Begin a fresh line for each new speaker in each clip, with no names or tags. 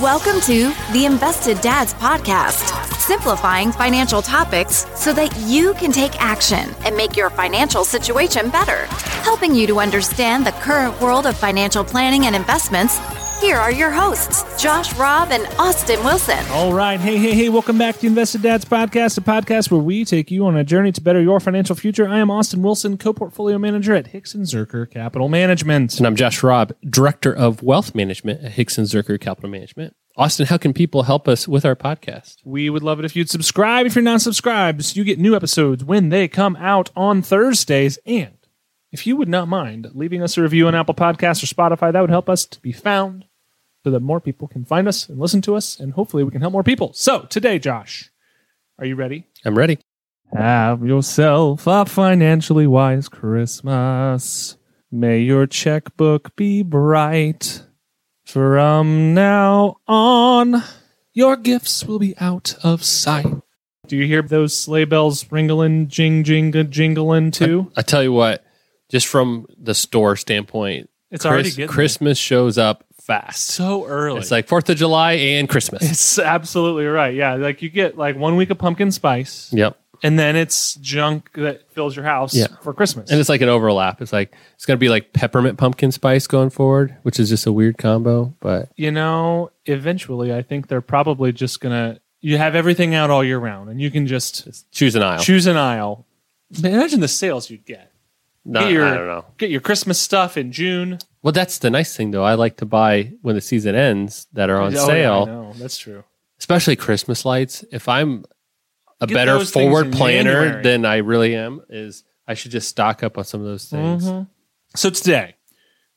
Welcome to the Invested Dads Podcast, simplifying financial topics so that you can take action and make your financial situation better. Helping you to understand the current world of financial planning and investments, here are your hosts, Josh Robb and Austin Wilson.
All right. Hey, hey, hey. Welcome back to Invested Dads Podcast, a podcast where we take you on a journey to better your financial future. I am Austin Wilson, co portfolio manager at Hickson Zerker Capital Management.
And I'm Josh Robb, Director of Wealth Management at Hickson Zerker Capital Management. Austin, how can people help us with our podcast?
We would love it if you'd subscribe. If you're not subscribed, so you get new episodes when they come out on Thursdays. And if you would not mind leaving us a review on Apple Podcasts or Spotify, that would help us to be found so that more people can find us and listen to us. And hopefully, we can help more people. So, today, Josh, are you ready?
I'm ready.
Have yourself a financially wise Christmas. May your checkbook be bright. From now on, your gifts will be out of sight. Do you hear those sleigh bells ringling, jing, jing, jingling too?
I tell you what, just from the store standpoint,
It's already getting there.
Christmas shows up fast.
so early.
it's like 4th of July and Christmas.
it's absolutely right. Yeah, like you get like one week of pumpkin spice,
yep.
and then it's junk that fills your house
Yeah.
for Christmas.
And it's like an overlap. It's like, it's going to be like peppermint pumpkin spice going forward, which is just a weird combo, but
you know, eventually I think they're probably just gonna you have everything out all year round and you can just
choose an aisle.
choose an aisle. Imagine the sales you'd get.
Not,
your,
I don't know.
Get your Christmas stuff in June.
Well, that's the nice thing though. I like to buy when the season ends that are on
Oh, yeah,
sale.
I know, that's true.
especially Christmas lights. If I'm a
Get
better
those things in
forward planner
January.
than I really am, is I should just stock up on some of those things.
Mm-hmm. So today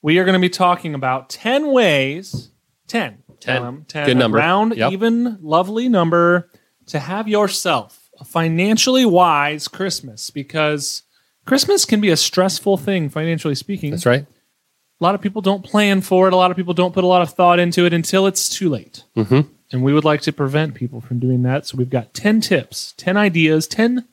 we are going to be talking about 10 ways, 10,
10.
um, 10
Good
a
number.
round,
Yep.
even, lovely number to have yourself a financially wise Christmas because Christmas can be a stressful thing, financially speaking.
That's right.
A lot of people don't plan for it. A lot of people don't put a lot of thought into it until it's too late.
Mhm.
And we would like to prevent people from doing that. So we've got 10 tips, 10 ideas, 10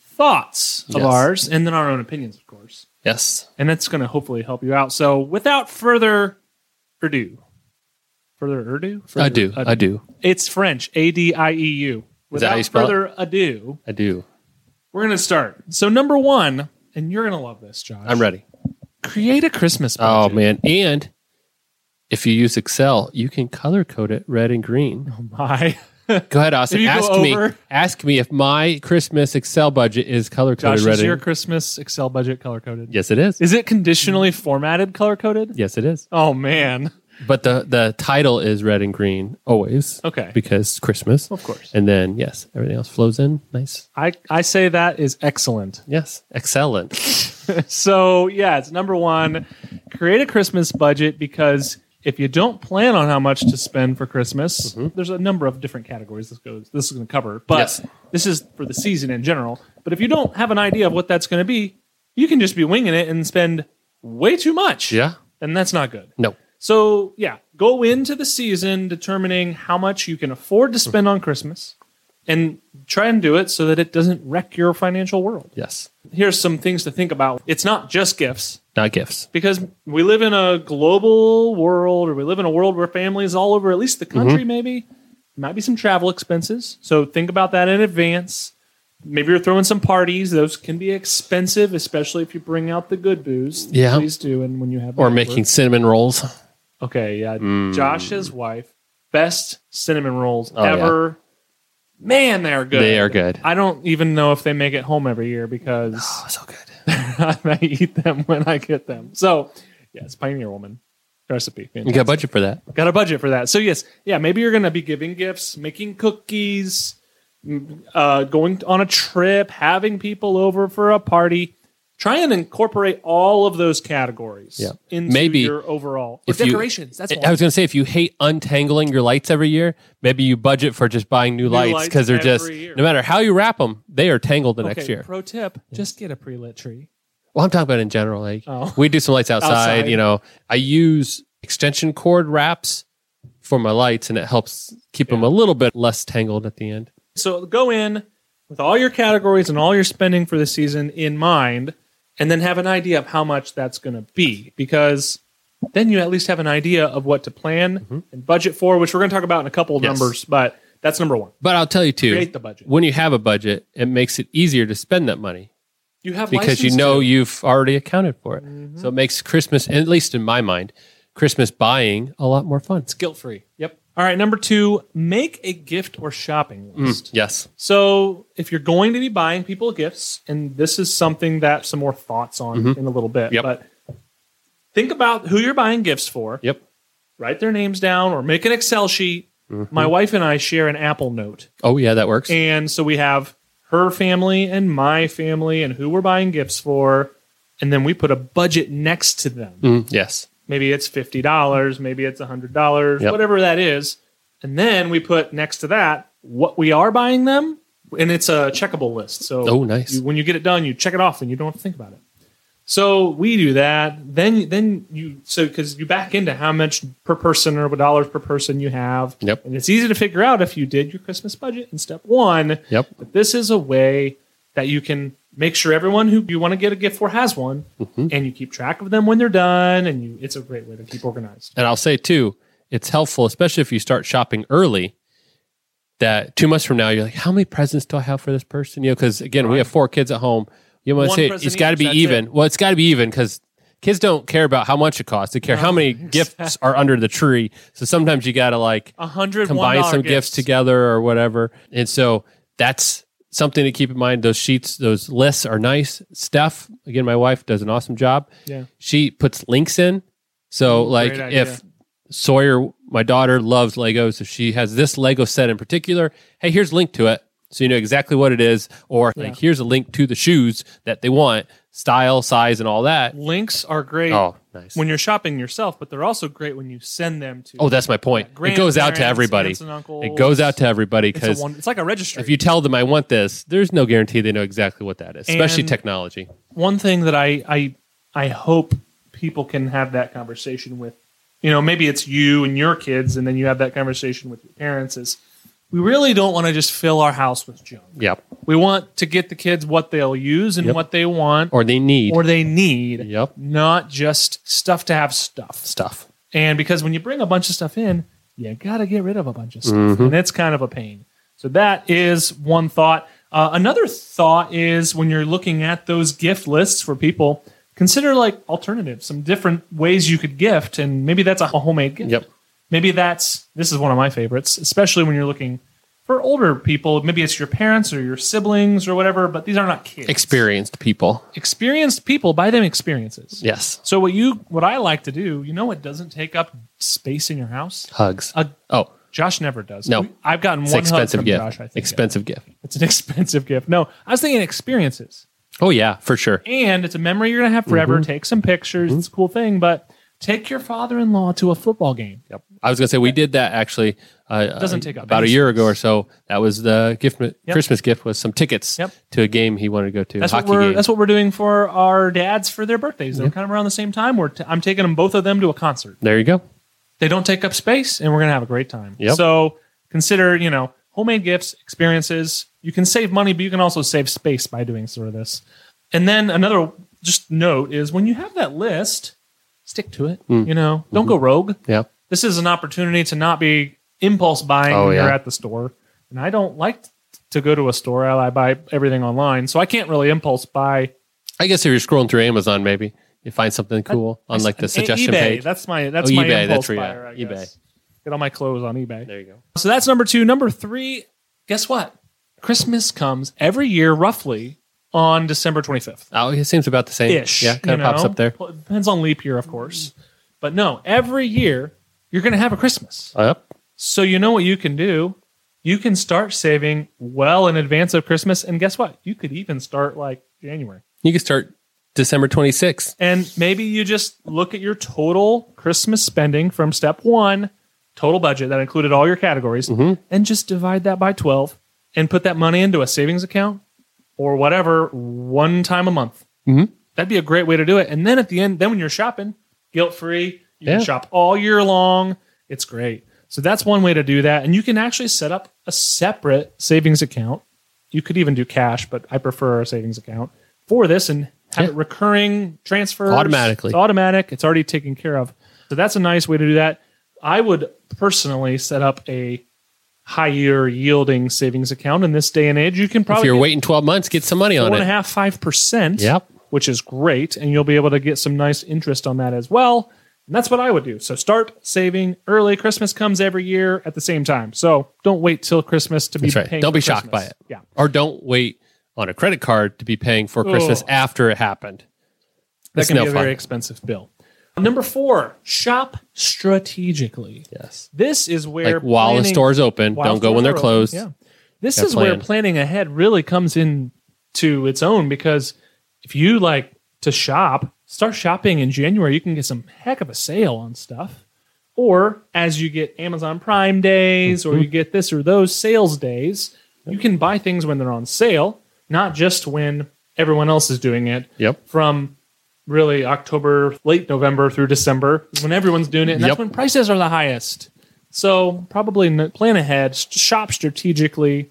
thoughts of
Yes.
ours, and then our own opinions, of course.
Yes.
And that's going to hopefully help you out. So without further ado, further ado? Further
I do. I do.
It's French, A D I E U.
Is that how you
Without
spell it?
further ado,
I do.
we're going to start. So, number one, and you're going to love this, Josh.
I'm ready.
Create a Christmas
Oh
budget.
man. And if you use Excel, you can color code it red and green.
Oh, my.
Go ahead, Austin.
If you
Ask
go
me.
over-
Ask me if my Christmas Excel budget is color coded
Josh,
red
is
and
your Christmas Excel budget color coded?
Yes, it is.
Is it conditionally formatted color coded?
Yes, it is.
Oh man.
But the the title is red and green always.
Okay.
Because Christmas.
Of course.
And then yes, everything else flows in. Nice.
I, I say that is excellent.
Yes. Excellent.
So yeah, it's number one. Create a Christmas budget because if you don't plan on how much to spend for Christmas, there's a number of different categories this goes this is gonna cover. But
Yes.
this is for the season in general. But if you don't have an idea of what that's gonna be, you can just be winging it and spend way too much.
Yeah.
And that's not good.
No.
So, yeah, go into the season determining how much you can afford to spend on Christmas and try and do it so that it doesn't wreck your financial world.
Yes.
Here's some things to think about. It's not just gifts
Not gifts.
because we live in a global world or we live in a world where families all over at least the
Mm-hmm.
country maybe might be some travel expenses. So think about that in advance. Maybe you're throwing some parties. Those can be expensive, especially if you bring out the good booze.
Yeah.
Please do. And when you have
Or
that work. Oh,
making cinnamon rolls.
Okay, yeah. Josh's wife, best cinnamon rolls
Hmm. Oh, yeah.
ever. Man, they are good.
They are good.
I don't even know if they make it home every year because
so good.
I eat them when I get them. So, yeah, it's Pioneer Woman recipe.
You got a budget for that.
Got a budget for that. So, yes, yeah, maybe you're going to be giving gifts, making cookies, m- uh, going on a trip, having people over for a party. Try and incorporate all of those categories
Yeah.
into
Maybe
your overall or
if you-
decorations. that's one.
I was going to say, if you hate untangling your lights every year, maybe you budget for just buying new, lights
lights
because they're just,
every year.
no matter how you wrap them, they are tangled the next
okay,
year.
Pro tip: just get a pre-lit tree.
Well, I'm talking about in general. Like
Oh.
we do some lights outside,
Outside.
You know, I use extension cord wraps for my lights, and it helps keep them a little bit less tangled at the end.
So go in with all your categories and all your spending for the season in mind, and then have an idea of how much that's going to be. Because then you at least have an idea of what to plan and budget for, which we're going to talk about in a couple of
Mm-hmm. Yes.
numbers, but that's number one.
But I'll tell you too,
Create the budget.
when you have a budget, it makes it easier to spend that money
You have
because you
license
know
to-
you've already accounted for it.
Mm-hmm.
So it makes Christmas, at least in my mind, Christmas buying a lot more fun. It's guilt free. Yep.
All right, number two, make a gift or shopping list.
Yes.
So, if you're going to be buying people gifts, and this is something that some more thoughts on in a little bit,
Mm-hmm. Yep.
but think about who you're buying gifts for.
Yep.
Write their names down or make an Excel sheet.
Mm-hmm.
My wife and I share an Apple note.
Oh, yeah, that works.
And so we have her family and my family and who we're buying gifts for. And then we put a budget next to them.
Mm, yes.
Maybe it's $50, maybe it's $100,
Yep.
whatever that is. And then we put next to that what we are buying them. And it's a checkable list. So
Oh, nice.
you- when you get it done, you check it off and you don't have to think about it. So we do that. Then then you so because you back into how much per person or what dollars per person you have.
Yep.
And it's easy to figure out if you did your Christmas budget in step one.
Yep.
But this is a way that you can make sure everyone who you want to get a gift for has one,
Mm-hmm.
and you keep track of them when they're done, and you it's a great way to keep organized.
And I'll say too, it's helpful, especially if you start shopping early. That two months from now, you're like, how many presents do I have for this person? You know, because again, we have four kids at home. You want to
One
say
present
it's got to
each,
be
that's
even. Well, it's got to be even because kids don't care about how much it costs. They care how many gifts are under the tree. So sometimes you got to like
A hundred
combine some gifts together or whatever. And so that's something to keep in mind. Those sheets, those lists are nice. Steph, again, my wife does an awesome job.
Yeah. Mm,
She puts links in. So like
great idea.
if Sawyer, my daughter, loves Legos. If she has this Lego set in particular, hey, here's a link to it. So you know exactly what it is. Or like here's a link to the shoes that they want, style, size, and all that.
Links are great.
Oh, nice.
When you're shopping yourself, but they're also great when you send them to.
Oh, that's my point.
Yeah,
it goes out
grandparents,
to everybody.
aunts and uncles.
It goes out to everybody
it's, a
because
one, it's like a registry.
If you tell them I want this, there's no guarantee they know exactly what that is, especially
And-
technology.
one thing that I, I I hope people can have that conversation with. You know, maybe it's you and your kids, and then you have that conversation with your parents. Is we really don't want to just fill our house with junk.
Yep.
We want to get the kids what they'll use and
Yep.
what they want
Or they need
or they need.
Yep.
Not just stuff to have stuff.
stuff.
And because when you bring a bunch of stuff in, you got to get rid of a bunch of stuff.
Mm-hmm.
And it's kind of a pain. So that is one thought. Uh, another thought is when you're looking at those gift lists for people, consider like alternatives, some different ways you could gift. And maybe that's a homemade gift.
Yep.
Maybe that's, this is one of my favorites, especially when you're looking for older people. Maybe it's your parents or your siblings or whatever, but these are not kids.
Experienced people.
Experienced people buy them experiences.
Yes.
So what you what I like to do, you know what doesn't take up space in your house?
Hugs.
A,
oh,
Josh never does.
No.
We- I've gotten
it's
one
an
hug
expensive
from
gift.
Josh, I think.
expensive gift.
It's an expensive gift. No, I was thinking experiences.
Oh yeah, for sure.
And it's a memory you're gonna have forever.
Mm-hmm.
Take some pictures, it's a cool thing, but take your father in law to a football game.
Yep. I was gonna say we did that actually. Uh,
Doesn't
uh,
take up
about a
any
year ago or so. That was the gift Christmas gift was some tickets
Yep.
to a game he wanted to go to.
That's
a hockey
what we're
game.
that's what we're doing for our dads for their birthdays. They're kind of around the same time. We're t- I'm taking them both of them to a concert.
there you go.
they don't take up space and we're going to have a great time.
Yep.
So consider, you know, homemade gifts, experiences. You can save money, but you can also save space by doing sort of this. And then another just note is when you have that list, stick to it.
Hmm.
You know, don't
Mm-hmm.
go rogue.
Yeah.
This is an opportunity to not be impulse buying
Oh,
when you're
yeah.
at the store. And I don't like to go to a store. I buy everything online. So I can't really impulse buy
I guess if you're scrolling through Amazon, maybe you find something cool on like the
And
suggestion
eBay,
page.
That's my that's
Oh,
my
eBay,
impulse
that's where you
buyer,
are.
I
eBay.
guess. Get all my clothes on eBay.
There you go.
So that's number two. Number three, guess what? Christmas comes every year roughly on December 25th
Oh, it seems about the same.
ish.
Yeah, kind of
you
pops
know?
up there.
Well, it Depends on leap year, of course. But no, every year you're going to have a Christmas.
Yep.
So you know what you can do? You can start saving well in advance of Christmas. And guess what? You could even start like January.
You can start December 26th.
And maybe you just look at your total Christmas spending from step one, total budget that included all your categories, and just divide that by 12 and put that money into a savings account or whatever one time a month.
Mm-hmm.
That'd be a great way to do it. And then at the end, then when you're shopping, guilt free, you
Yeah.
can shop all year long. It's great. So that's one way to do that. And you can actually set up a separate savings account. You could even do cash, but I prefer a savings account for this and have it recurring transfer
Automatically.
It's automatic. It's already taken care of. So that's a nice way to do that. I would personally set up a higher yielding savings account in this day and age. You can
If
probably
you're
get
waiting 12 months, get some money on
four and a
it.
half, five percent.
Yep.
Which is great. And you'll be able to get some nice interest on that as well. And that's what I would do. So start saving early. Christmas comes every year at the same time. So don't wait till Christmas to be
That's right.
paying.
Don't
for
be shocked
Christmas.
by it.
Yeah.
Or don't wait on a credit card to be paying for Christmas
Ugh.
after it happened.
That
It's
can
no
be a
fun.
very expensive bill. Number four, shop strategically.
Yes.
This is where
Like while the
planning-
store's open,
while
don't go
stores
when they're
are open,
closed.
Yeah. This
Gotta
is where
plan.
planning ahead really comes in to its own because if you like to shop, start shopping in January, you can get some heck of a sale on stuff. Or as you get Amazon Prime days
Mm-hmm.
or you get this or those sales days, you can buy things when they're on sale, not just when everyone else is doing it
Yep.
from really October, late November through December is when everyone's doing it, and that's
Yep.
when prices are the highest. So probably n- plan ahead, s- shop strategically,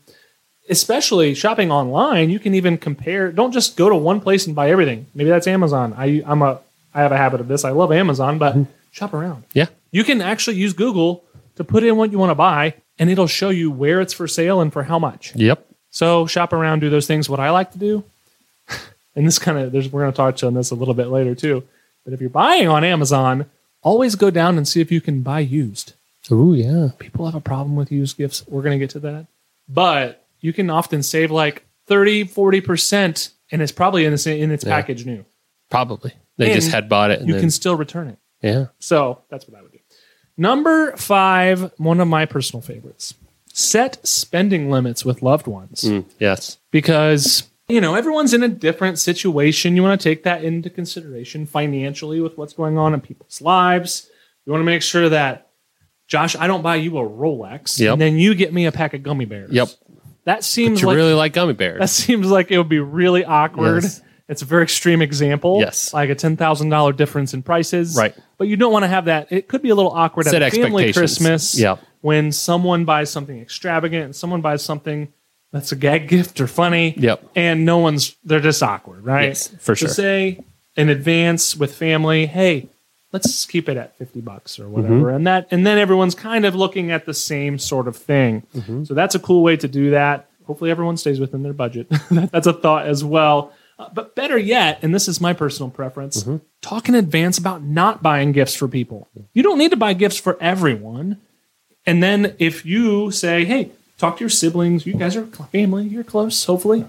especially shopping online. You can even compare. Don't just go to one place and buy everything. Maybe that's Amazon. I I'm a I have a habit of this. I love Amazon, but shop around.
Yeah.
You can actually use Google to put in what you want to buy, and it'll show you where it's for sale and for how much.
Yep.
So shop around, do those things. What I like to do, and this kind of there's we're going to touch on this a little bit later too. But if you're buying on Amazon, always go down and see if you can buy used.
Ooh, yeah.
People have a problem with used gifts. We're going to get to that. But you can often save like 30, 40% and it's probably in, its in its
Yeah.
package new.
Probably. They
And
just had bought it. And
You
then,
can still return it.
yeah.
So that's what I would do. Number five, one of my personal favorites. Set spending limits with loved ones.
Mm, yes.
because you know everyone's in a different situation you want to take that into consideration financially with what's going on in people's lives you want to make sure that josh i don't buy you a rolex
Yep.
and then you get me a pack of gummy bears
Yep.
that seems
you
like
really like gummy bears.
that seems like it would be really awkward
Yes.
it's a very extreme example
Yes.
like a $10000 difference in prices
Right.
but you don't want to have that it could be a little awkward
Set
at a family
expectations.
christmas
Yep.
when someone buys something extravagant and someone buys something that's a gag gift or funny
Yep.
and no one's they're just awkward right
Yes, for
So
sure.
say in advance with family hey let's keep it at 50 bucks
Mm-hmm.
or whatever and that and then everyone's kind of looking at the same sort of thing
Mm-hmm.
so that's a cool way to do that hopefully everyone stays within their budget that's a thought as well Uh, but better yet and this is my personal preference
Mm-hmm.
talk in advance about not buying gifts for people you don't need to buy gifts for everyone and then if you say, hey, talk to your siblings, you guys are cl- family, you're close, hopefully.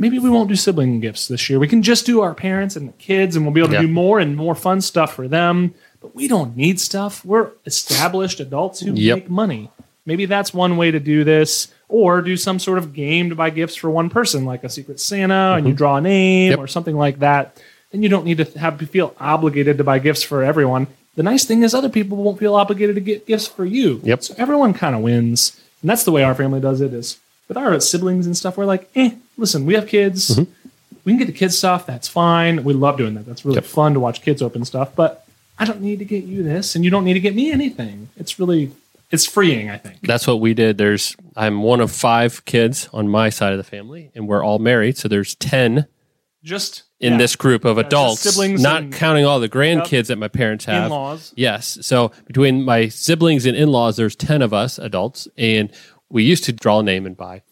Maybe we won't do sibling gifts this year. We can just do our parents and the kids, and we'll be able to
Yeah.
do more and more fun stuff for them. But we don't need stuff. We're established adults who
Yep.
make money. Maybe that's one way to do this, or do some sort of game to buy gifts for one person, like a Secret Santa, and you draw a name
Mm-hmm. Yep.
or something like that. Then you don't need to have to feel obligated to buy gifts for everyone. The nice thing is, other people won't feel obligated to get gifts for you.
Yep.
So everyone kind of wins, and that's the way our family does it. Is with our siblings and stuff, we're like, eh, listen, we have kids.
Mm-hmm.
We can get the kids stuff. That's fine. We love doing that. That's really
Yep.
fun to watch kids open stuff. But I don't need to get you this, and you don't need to get me anything. It's really, it's freeing. I think.
That's what we did. There's I'm one of five kids on my side of the family, and we're all married. So there's ten
Just
in
yeah,
this group of
just
adults,
siblings
not
and-
counting all the grandkids that my parents have.
In-laws.
Yes. So between my siblings and in-laws, there's 10 of us adults, and we used to draw a name and buy.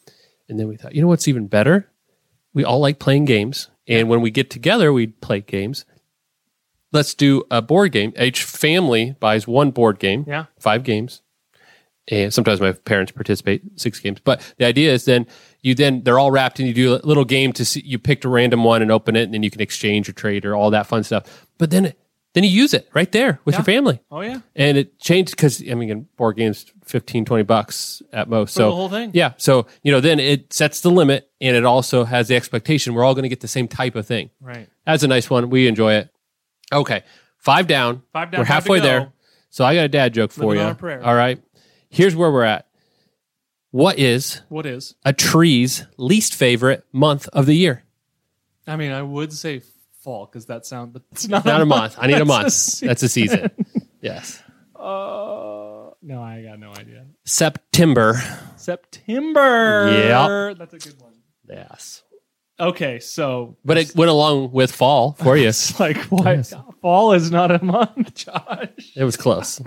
And then we thought, you know what's even better? We all like playing games. And when we get together, we play games. Let's do a board game. Each family buys one board game.
Yeah.
Five games. And sometimes my parents participate six games. But the idea is then you then they're all wrapped and you do a little game to see you picked a random one and open it and then you can exchange or trade or all that fun stuff. But then then you use it right there with your family.
Oh yeah.
And it changed because, I mean, again, board games, 15, 20 bucks at most. so
the whole thing?
Yeah. So, you know, then it sets the limit and it also has the expectation we're all going to get the same type of thing.
Right.
That's a nice one. We enjoy it. Okay. Five down.
Five down,
We're
five to
halfway
go.
there. So I got a dad joke for
Living on a
you.
prayer.
All right. Here's where we're at. What is
What is?
a tree's least favorite month of the year?
I mean, I would say fall because that sound, but it's not,
Not a month. I need a
That's
month.
se-
That's a season. yes.
Uh, no, I got no idea.
September.
September.
Yep.
that's a good one.
Yes.
Okay, so
But it went along with fall for you.
it's like why fall is not a month, Josh.
It was close.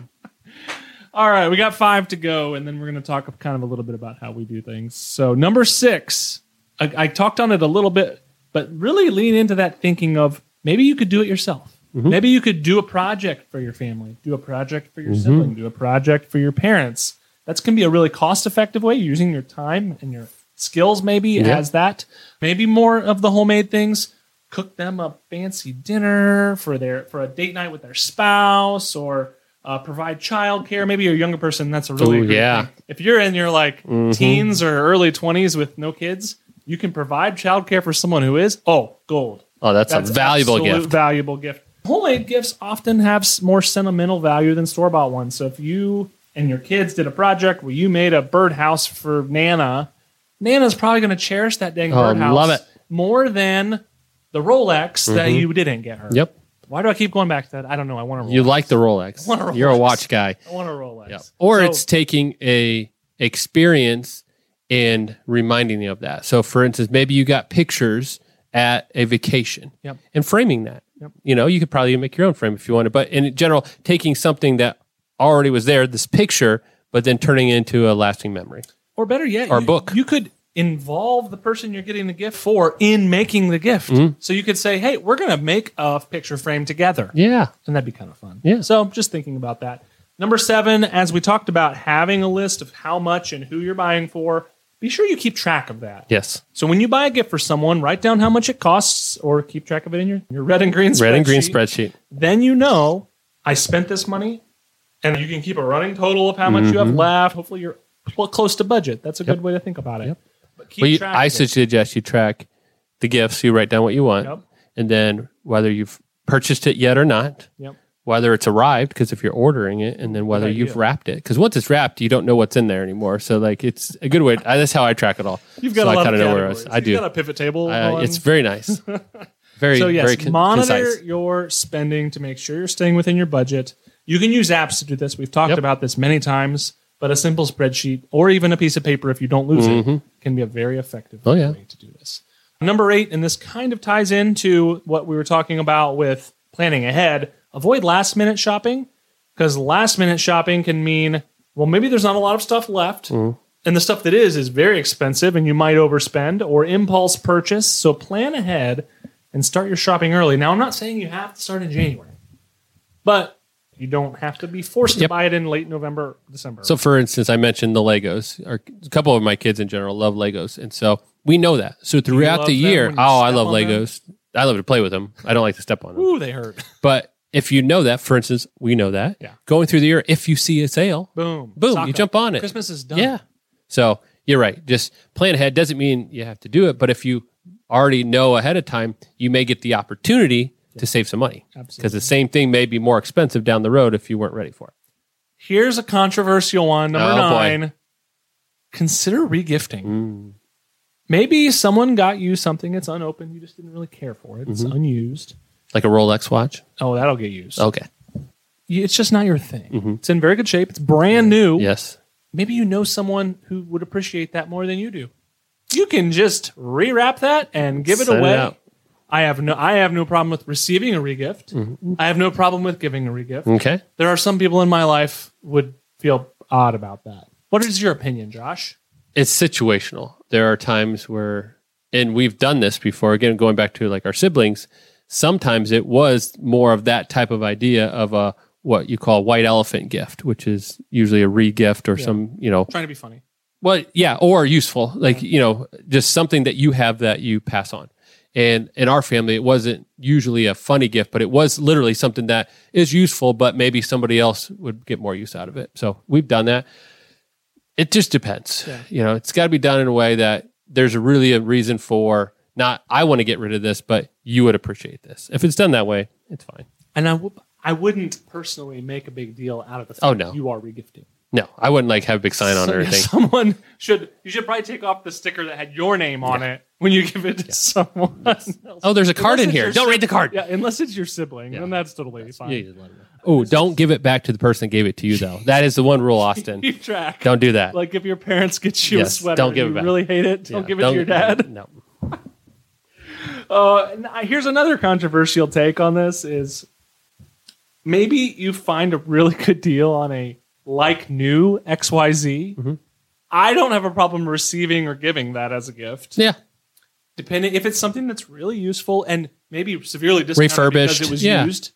All right, we got five to go, and then we're going to talk kind of a little bit about how we do things. So number six, I, I talked on it a little bit, but really lean into that thinking of maybe you could do it yourself. Maybe you could do a project for your family, do a project for your sibling, do a project for your parents. That's going to be a really cost-effective way using your time and your skills, maybe as that. Maybe more of the homemade things. Cook them a fancy dinner for their for a date night with their spouse, or uh, provide childcare. Maybe you're a younger person. That's a really
Ooh,
great
yeah. Mm-hmm.
thing. If you're in your like teens or early 20s with no kids, you can provide childcare for someone who is oh gold.
Oh, that's, a valuable
absolute
gift.
Valuable gift. Homemade gifts often have s- more sentimental value than store bought ones. So if you and your kids did a project where you made a birdhouse for Nana, Nana's probably going to cherish that dang
Oh,
birdhouse
love it. Mm-hmm.
more than the Rolex that you didn't get her.
Yep.
Why do I keep going back to that? I don't know. I want to.
You like the Rolex.
want a Rolex.
You're a watch guy.
I want a Rolex.
Yeah. Or
So-
it's taking a experience and reminding you of that. So for instance, maybe you got pictures at a vacation
Yep.
and framing that.
Yep.
You know, you could probably make your own frame if you wanted, but in general, taking something that already was there, this picture, but then turning it into a lasting memory.
or better yet,
Or
you,
book.
You could involve the person you're getting the gift for in making the gift.
Mm-hmm.
So you could say, "Hey, we're going to make a picture frame together,"
Yeah.
and that'd be kind of fun.
Yeah.
So just thinking about that. Number seven, as we talked about, having a list of how much and who you're buying for. Be sure you keep track of that.
Yes.
So when you buy a gift for someone, write down how much it costs, or keep track of it in your, your red and green
Red and green
spreadsheet
spreadsheet.
then you know I spent this money, and you can keep a running total of how much you
Mm-hmm.
have left. Hopefully, you're pl- close to budget. That's a good way to think about it. But keep
Well, you,
track.
I
of it.
suggest you track the gifts. You write down what you want,
Yep.
and then whether you've purchased it yet or not,
Yep.
whether it's arrived because if you're ordering it, and then whether you've
idea.
wrapped it because once it's wrapped, you don't know what's in there anymore. So like it's a good way. I, that's how I track it all.
You've got
so
a lot
I
of
kinda know where I
categories.
was. I
You've got
do.
a pivot table.
Uh,
on-
it's very nice. Very
so yes,
very con-
monitor
concise.
your spending to make sure you're staying within your budget. You can use apps to do this. We've talked
Yep.
about this many times, but a simple spreadsheet or even a piece of paper, if you don't lose it, can be a very effective
Mm-hmm. Oh, yeah.
way to do this. Number eight, and this kind of ties into what we were talking about with planning ahead. Avoid last minute shopping because last minute shopping can mean well, maybe there's not a lot of stuff left.
Mm-hmm.
And the stuff that is is very expensive, and you might overspend or impulse purchase. So plan ahead and start your shopping early. Now, I'm not saying you have to start in January, but you don't have to be forced to
Yep.
buy it in late November, December.
So, for instance, I mentioned the Legos. Or a couple of my kids in general love Legos, and so we know that. So throughout
love
the
them
year,
when you
oh, I
step
love
on them?
Legos. I love to play with them. I don't like to step on them.
ooh, they hurt.
But if you know that, for instance, we know that.
Yeah.
Going through the year, if you see a sale,
Boom.
boom,
Sock
you
up.
jump on it.
Christmas is done.
Yeah. So you're right. Just plan ahead doesn't mean you have to do it, but if you already know ahead of time, you may get the opportunity to save some money. Because the same thing may be more expensive down the road if you weren't ready for it.
Here's a controversial one. Number
Oh, boy.
nine. Consider regifting. Maybe someone got you something that's unopened. You just didn't really care for it. It's
Mm-hmm.
unused.
Like a Rolex watch.
Oh, that'll get used.
Okay.
You- It's just not your thing.
Mm-hmm.
It's in very good shape. It's brand new.
Yes.
Maybe you know someone who would appreciate that more than you do. You can just rewrap that and give it
Send it
away.
out.
I have no I have no problem with receiving a regift.
Mm-hmm.
I have no problem with giving a regift.
Okay.
there are some people in my life would feel odd about that. What is your opinion, Josh?
it's situational. There are times where, and we've done this before, again, going back to like our siblings, sometimes it was more of that type of idea of a what you call white elephant gift, which is usually a re gift or some, you know,
Trying to be funny.
well, yeah, or useful, like you know, just something that you have that you pass on. And in our family, it wasn't usually a funny gift, but it was literally something that is useful, but maybe somebody else would get more use out of it. So we've done that. It just depends. You know, it's got to be done in a way that there's really a reason for not, I want to get rid of this, but you would appreciate this. If it's done that way, it's fine.
And I w- I wouldn't personally make a big deal out of the fact
Oh, no.
you are regifting.
No, I wouldn't like have a big sign on it or
So-
anything.
Someone should you should probably take off the sticker that had your name on it when you give it to someone. else.
Oh, there's a card
Unless
in
it's
here.
your
Don't
si-
read the card.
Yeah, unless it's your sibling, then that's totally fine.
Oh, don't give it back to the person that gave it to you, though. That is the one rule, Austin.
Keep track.
Don't do that.
Like if your parents get you
Yes,
a sweater,
don't
and
give
you
it back.
really hate it.
Yeah,
Don't give it to your dad.
No.
Uh, and I- here's another controversial take on this: is maybe you find a really good deal on a like new XYZ.
Mm-hmm.
I don't have a problem receiving or giving that as a gift,
Yeah.
depending if it's something that's really useful and maybe severely discounted
Refurbished,
because it was
yeah.
used.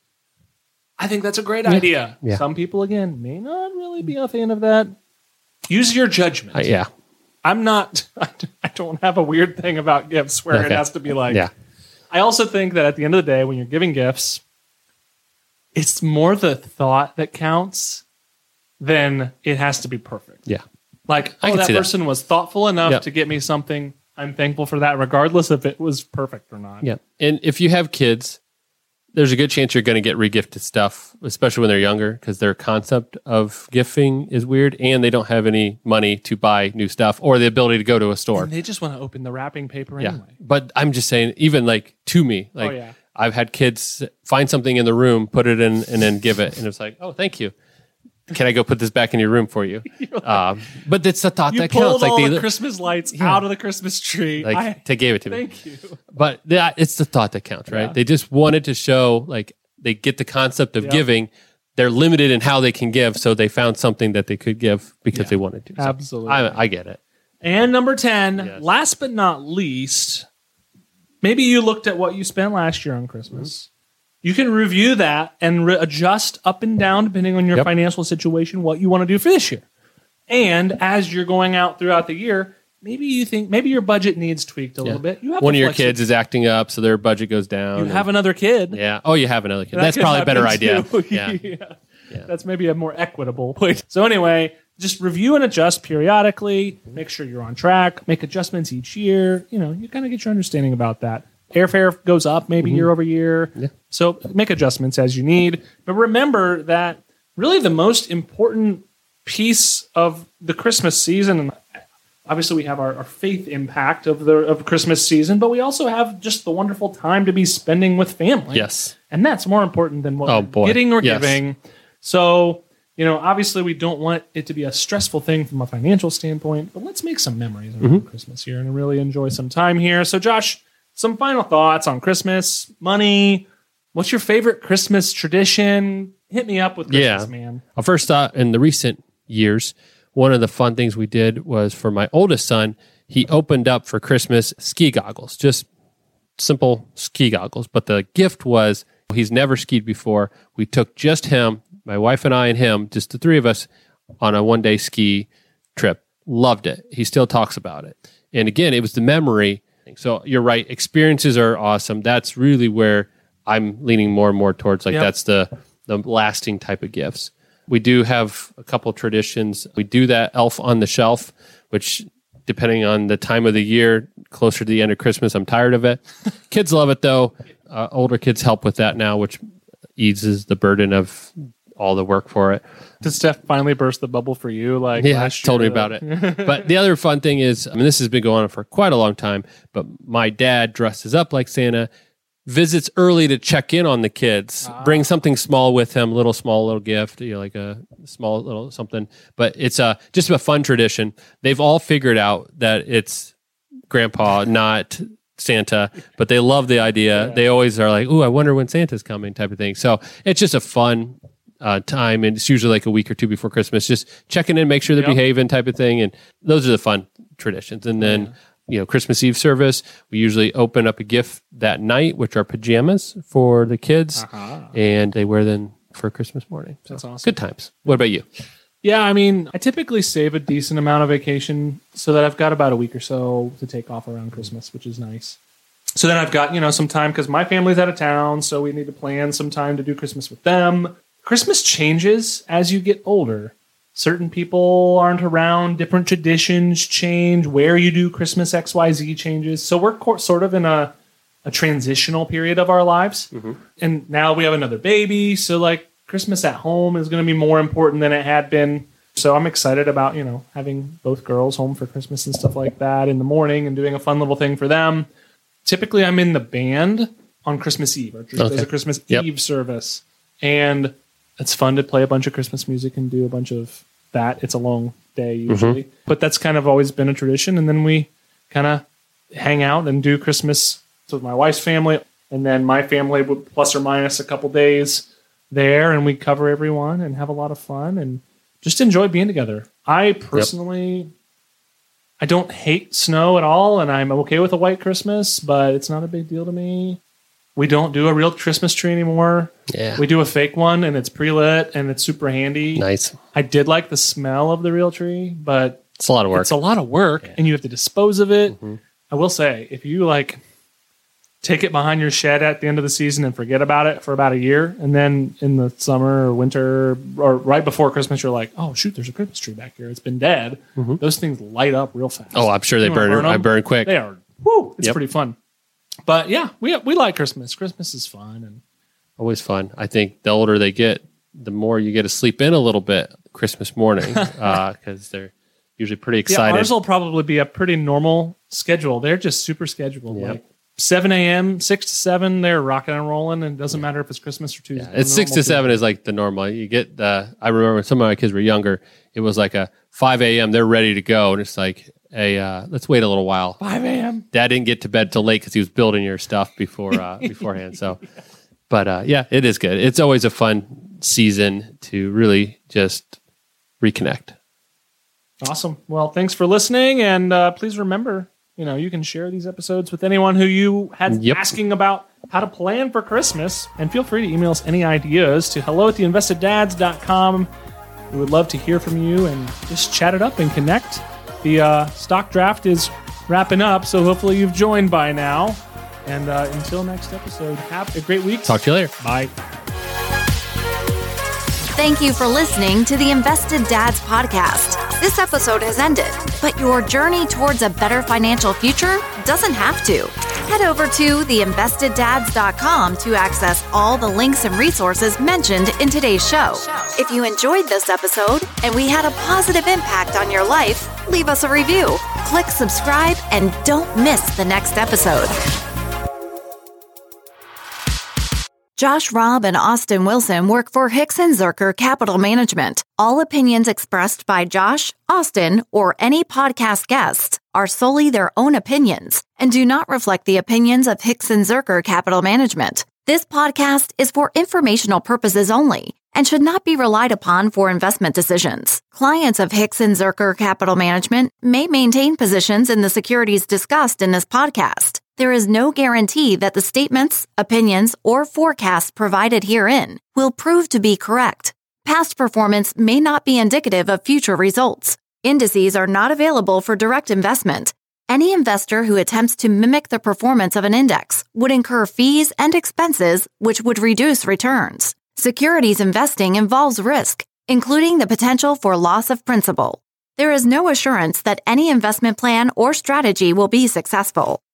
I think that's a great idea.
Yeah.
Some people again may not really be a fan of that. Use your judgment.
Uh, yeah.
I'm not. I don't have a weird thing about gifts where it
Okay.
has to be like.
Yeah.
I also think that at the end of the day, when you're giving gifts, it's more the thought that counts than it has to be perfect.
Yeah.
Like,
I
oh,
can
that
see that.
person was thoughtful enough
Yep.
to get me something. I'm thankful for that, regardless if it was perfect or not.
Yeah. And if you have kids, there's a good chance you're going to get regifted stuff, especially when they're younger, because their concept of gifting is weird and they don't have any money to buy new stuff or the ability to go to a store.
And they just want to open the wrapping paper
Yeah.
anyway. Oh,
But I'm just saying, even like to me, like
yeah.
I've had kids find something in the room, put it in, and then give it. And it's like, oh, thank you. Can I go put this back in your room for you? um, but it's the thought
You
that
pulled
counts. Like
all the
they-
Christmas lights
Yeah.
out of the Christmas tree.
like
I,
they gave it to me.
thank you.
But that, it's the thought that counts, right? They just wanted to show like they get the concept of giving. They're limited in how they can give, so they found something that they could give because they wanted to. So
Absolutely.
I, I get it.
And number 10,
Yes.
last but not least, maybe you looked at what you spent last year on Christmas.
Mm-hmm.
You can review that and re- adjust up and down depending on your
Yep.
financial situation what you want to do for this year. And as you're going out throughout the year, maybe you think maybe your budget needs tweaked a little bit. You have
One
the
of your
flexi-
kids is acting up, so their budget goes down.
you
and-
have another kid.
yeah. Oh, you have another kid.
That
That's
could
probably a better
happen,
idea.
too.
yeah.
That's maybe a more equitable way. So anyway, just review and adjust periodically.
Mm-hmm.
Make sure you're on track. Make adjustments each year. You know, you kind of get your understanding about that. Airfare goes up maybe
Mm-hmm.
year over year. So make adjustments as you need. But remember that really the most important piece of the Christmas season and obviously we have our, our faith impact of the of Christmas season, but we also have just the wonderful time to be spending with family.
Yes.
And that's more important than what
Oh,
we're
boy.
getting or
Yes.
giving. So, you know, obviously we don't want it to be a stressful thing from a financial standpoint, but let's make some memories around
Mm-hmm.
Christmas here and really enjoy some time here. So, Josh, some final thoughts on Christmas, money. What's your favorite Christmas tradition? Hit me up with
Yeah.
Christmas, man.
Our first thought in the recent years, one of the fun things we did was for my oldest son, he opened up for Christmas ski goggles, just simple ski goggles. But the gift was he's never skied before. We took just him, my wife and I, and him, just the three of us, on a one day ski trip. Loved it. He still talks about it. And again, it was the memory. So you're right. Experiences are awesome. That's really where I'm leaning more and more towards. Like
Yep.
that's the the lasting type of gifts. We do have a couple traditions. We do that elf on the shelf, which depending on the time of the year, closer to the end of Christmas, I'm tired of it. kids love it though. Uh, older kids help with that now, which eases the burden of all the work for it.
Did Steph finally burst the bubble for you? Like,
Yeah, she told me about it. but the other fun thing is, I mean, this has been going on for quite a long time. But my dad dresses up like Santa, visits early to check in on the kids, brings something small with him, little small little gift, you know, like a small little something. But it's a just a fun tradition. They've all figured out that it's grandpa, not Santa, but they love the idea. They always are like, "Ooh, I wonder when Santa's coming," type of thing. So it's just a fun uh, time, and it's usually like a week or two before Christmas, just checking in, make sure they're behaving, type of thing. And those are the fun traditions. And then you know, Christmas Eve service, we usually open up a gift that night, which are pajamas for the kids, and they wear them for Christmas morning.
Uh-huh.
So
That's awesome.
Good times. What about you?
Yeah, I mean, I typically save a decent amount of vacation so that I've got about a week or so to take off around Christmas, which is nice. So then I've got, you know, some time because my family's out of town, so we need to plan some time to do Christmas with them. Christmas changes as you get older. Certain people aren't around, different traditions change, where you do Christmas XYZ changes. So we're co- sort of in a, a transitional period of our lives. And now we have another baby, so like Christmas at home is going to be more important than it had been. So I'm excited about, you know, having both girls home for Christmas and stuff like that in the morning and doing a fun little thing for them typically I'm in the band on Christmas Eve. Our church does a
Okay.
Christmas
Yep.
Eve service, and it's fun to play a bunch of Christmas music and do a bunch of that. It's a long day
Mm-hmm.
usually, but that's kind of always been a tradition. And then we kind of hang out and do Christmas So with my wife's family, and then my family would plus or minus a couple days there, and we cover everyone and have a lot of fun and just enjoy being together. I personally, I don't hate snow at all, and I'm okay with a white Christmas, but it's not a big deal to me. We don't do a real Christmas tree anymore.
Yeah.
We do a fake one, and it's pre lit and it's super handy.
Nice.
I did like the smell of the real tree, but
It's a lot of work. Mm-hmm.
it's a lot of work and you have to dispose of it. I will say, if you like take it behind your shed at the end of the season and forget about it for about a year, and then in the summer or winter or right before Christmas, you're like, oh, shoot, there's a Christmas tree back here. It's been dead. Those things light up real fast.
Mm-hmm. oh, I'm sure they
You wanna
burn. I
'em?
burn quick.
They are, whoo, it's
Yep.
pretty fun. But yeah, we, we like Christmas. Christmas is fun. And
Always fun. I think the older they get, the more you get to sleep in a little bit Christmas morning because they're usually pretty
yeah,
excited.
ours will probably be a pretty normal schedule. They're just super scheduled.
Yep.
Like 7 a.m., 6 to 7, they're rocking and rolling. And it doesn't matter if it's Christmas or Tuesday.
Yeah, it's six to seven is like the normal. You get the. I remember when some of my kids were younger. It was like a five a.m. They're ready to go, and it's like a. Uh, let's wait a little while.
5 a.m.
Dad didn't get to bed till late because he was building your stuff before uh, beforehand. So, but uh, yeah, it is good. It's always a fun season to really just reconnect.
Awesome. Well, thanks for listening. And uh, please remember, you know, you can share these episodes with anyone who you had
Yep.
asking about how to plan for Christmas. And feel free to email us any ideas to hello at theinvesteddads.com. We would love to hear from you and just chat it up and connect. The uh, stock draft is wrapping up, so hopefully you've joined by now. And uh, until next episode, have a great week.
Talk to you later.
Bye.
Thank you for listening to the Invested Dads podcast. This episode has ended, but your journey towards a better financial future doesn't have to. Head over to theinvesteddads.com to access all the links and resources mentioned in today's show. If you enjoyed this episode and we had a positive impact on your life, leave us a review, click subscribe, and don't miss the next episode. Josh Robb and Austin Wilson work for Hicks and Zerker Capital Management. All opinions expressed by Josh, Austin, or any podcast guests are solely their own opinions and do not reflect the opinions of Hicks and Zerker Capital Management. This podcast is for informational purposes only and should not be relied upon for investment decisions. Clients of Hicks and Zerker Capital Management may maintain positions in the securities discussed in this podcast. There is no guarantee that the statements, opinions, or forecasts provided herein will prove to be correct. Past performance may not be indicative of future results. Indices are not available for direct investment. Any investor who attempts to mimic the performance of an index would incur fees and expenses which would reduce returns. Securities investing involves risk, including the potential for loss of principal. There is no assurance that any investment plan or strategy will be successful.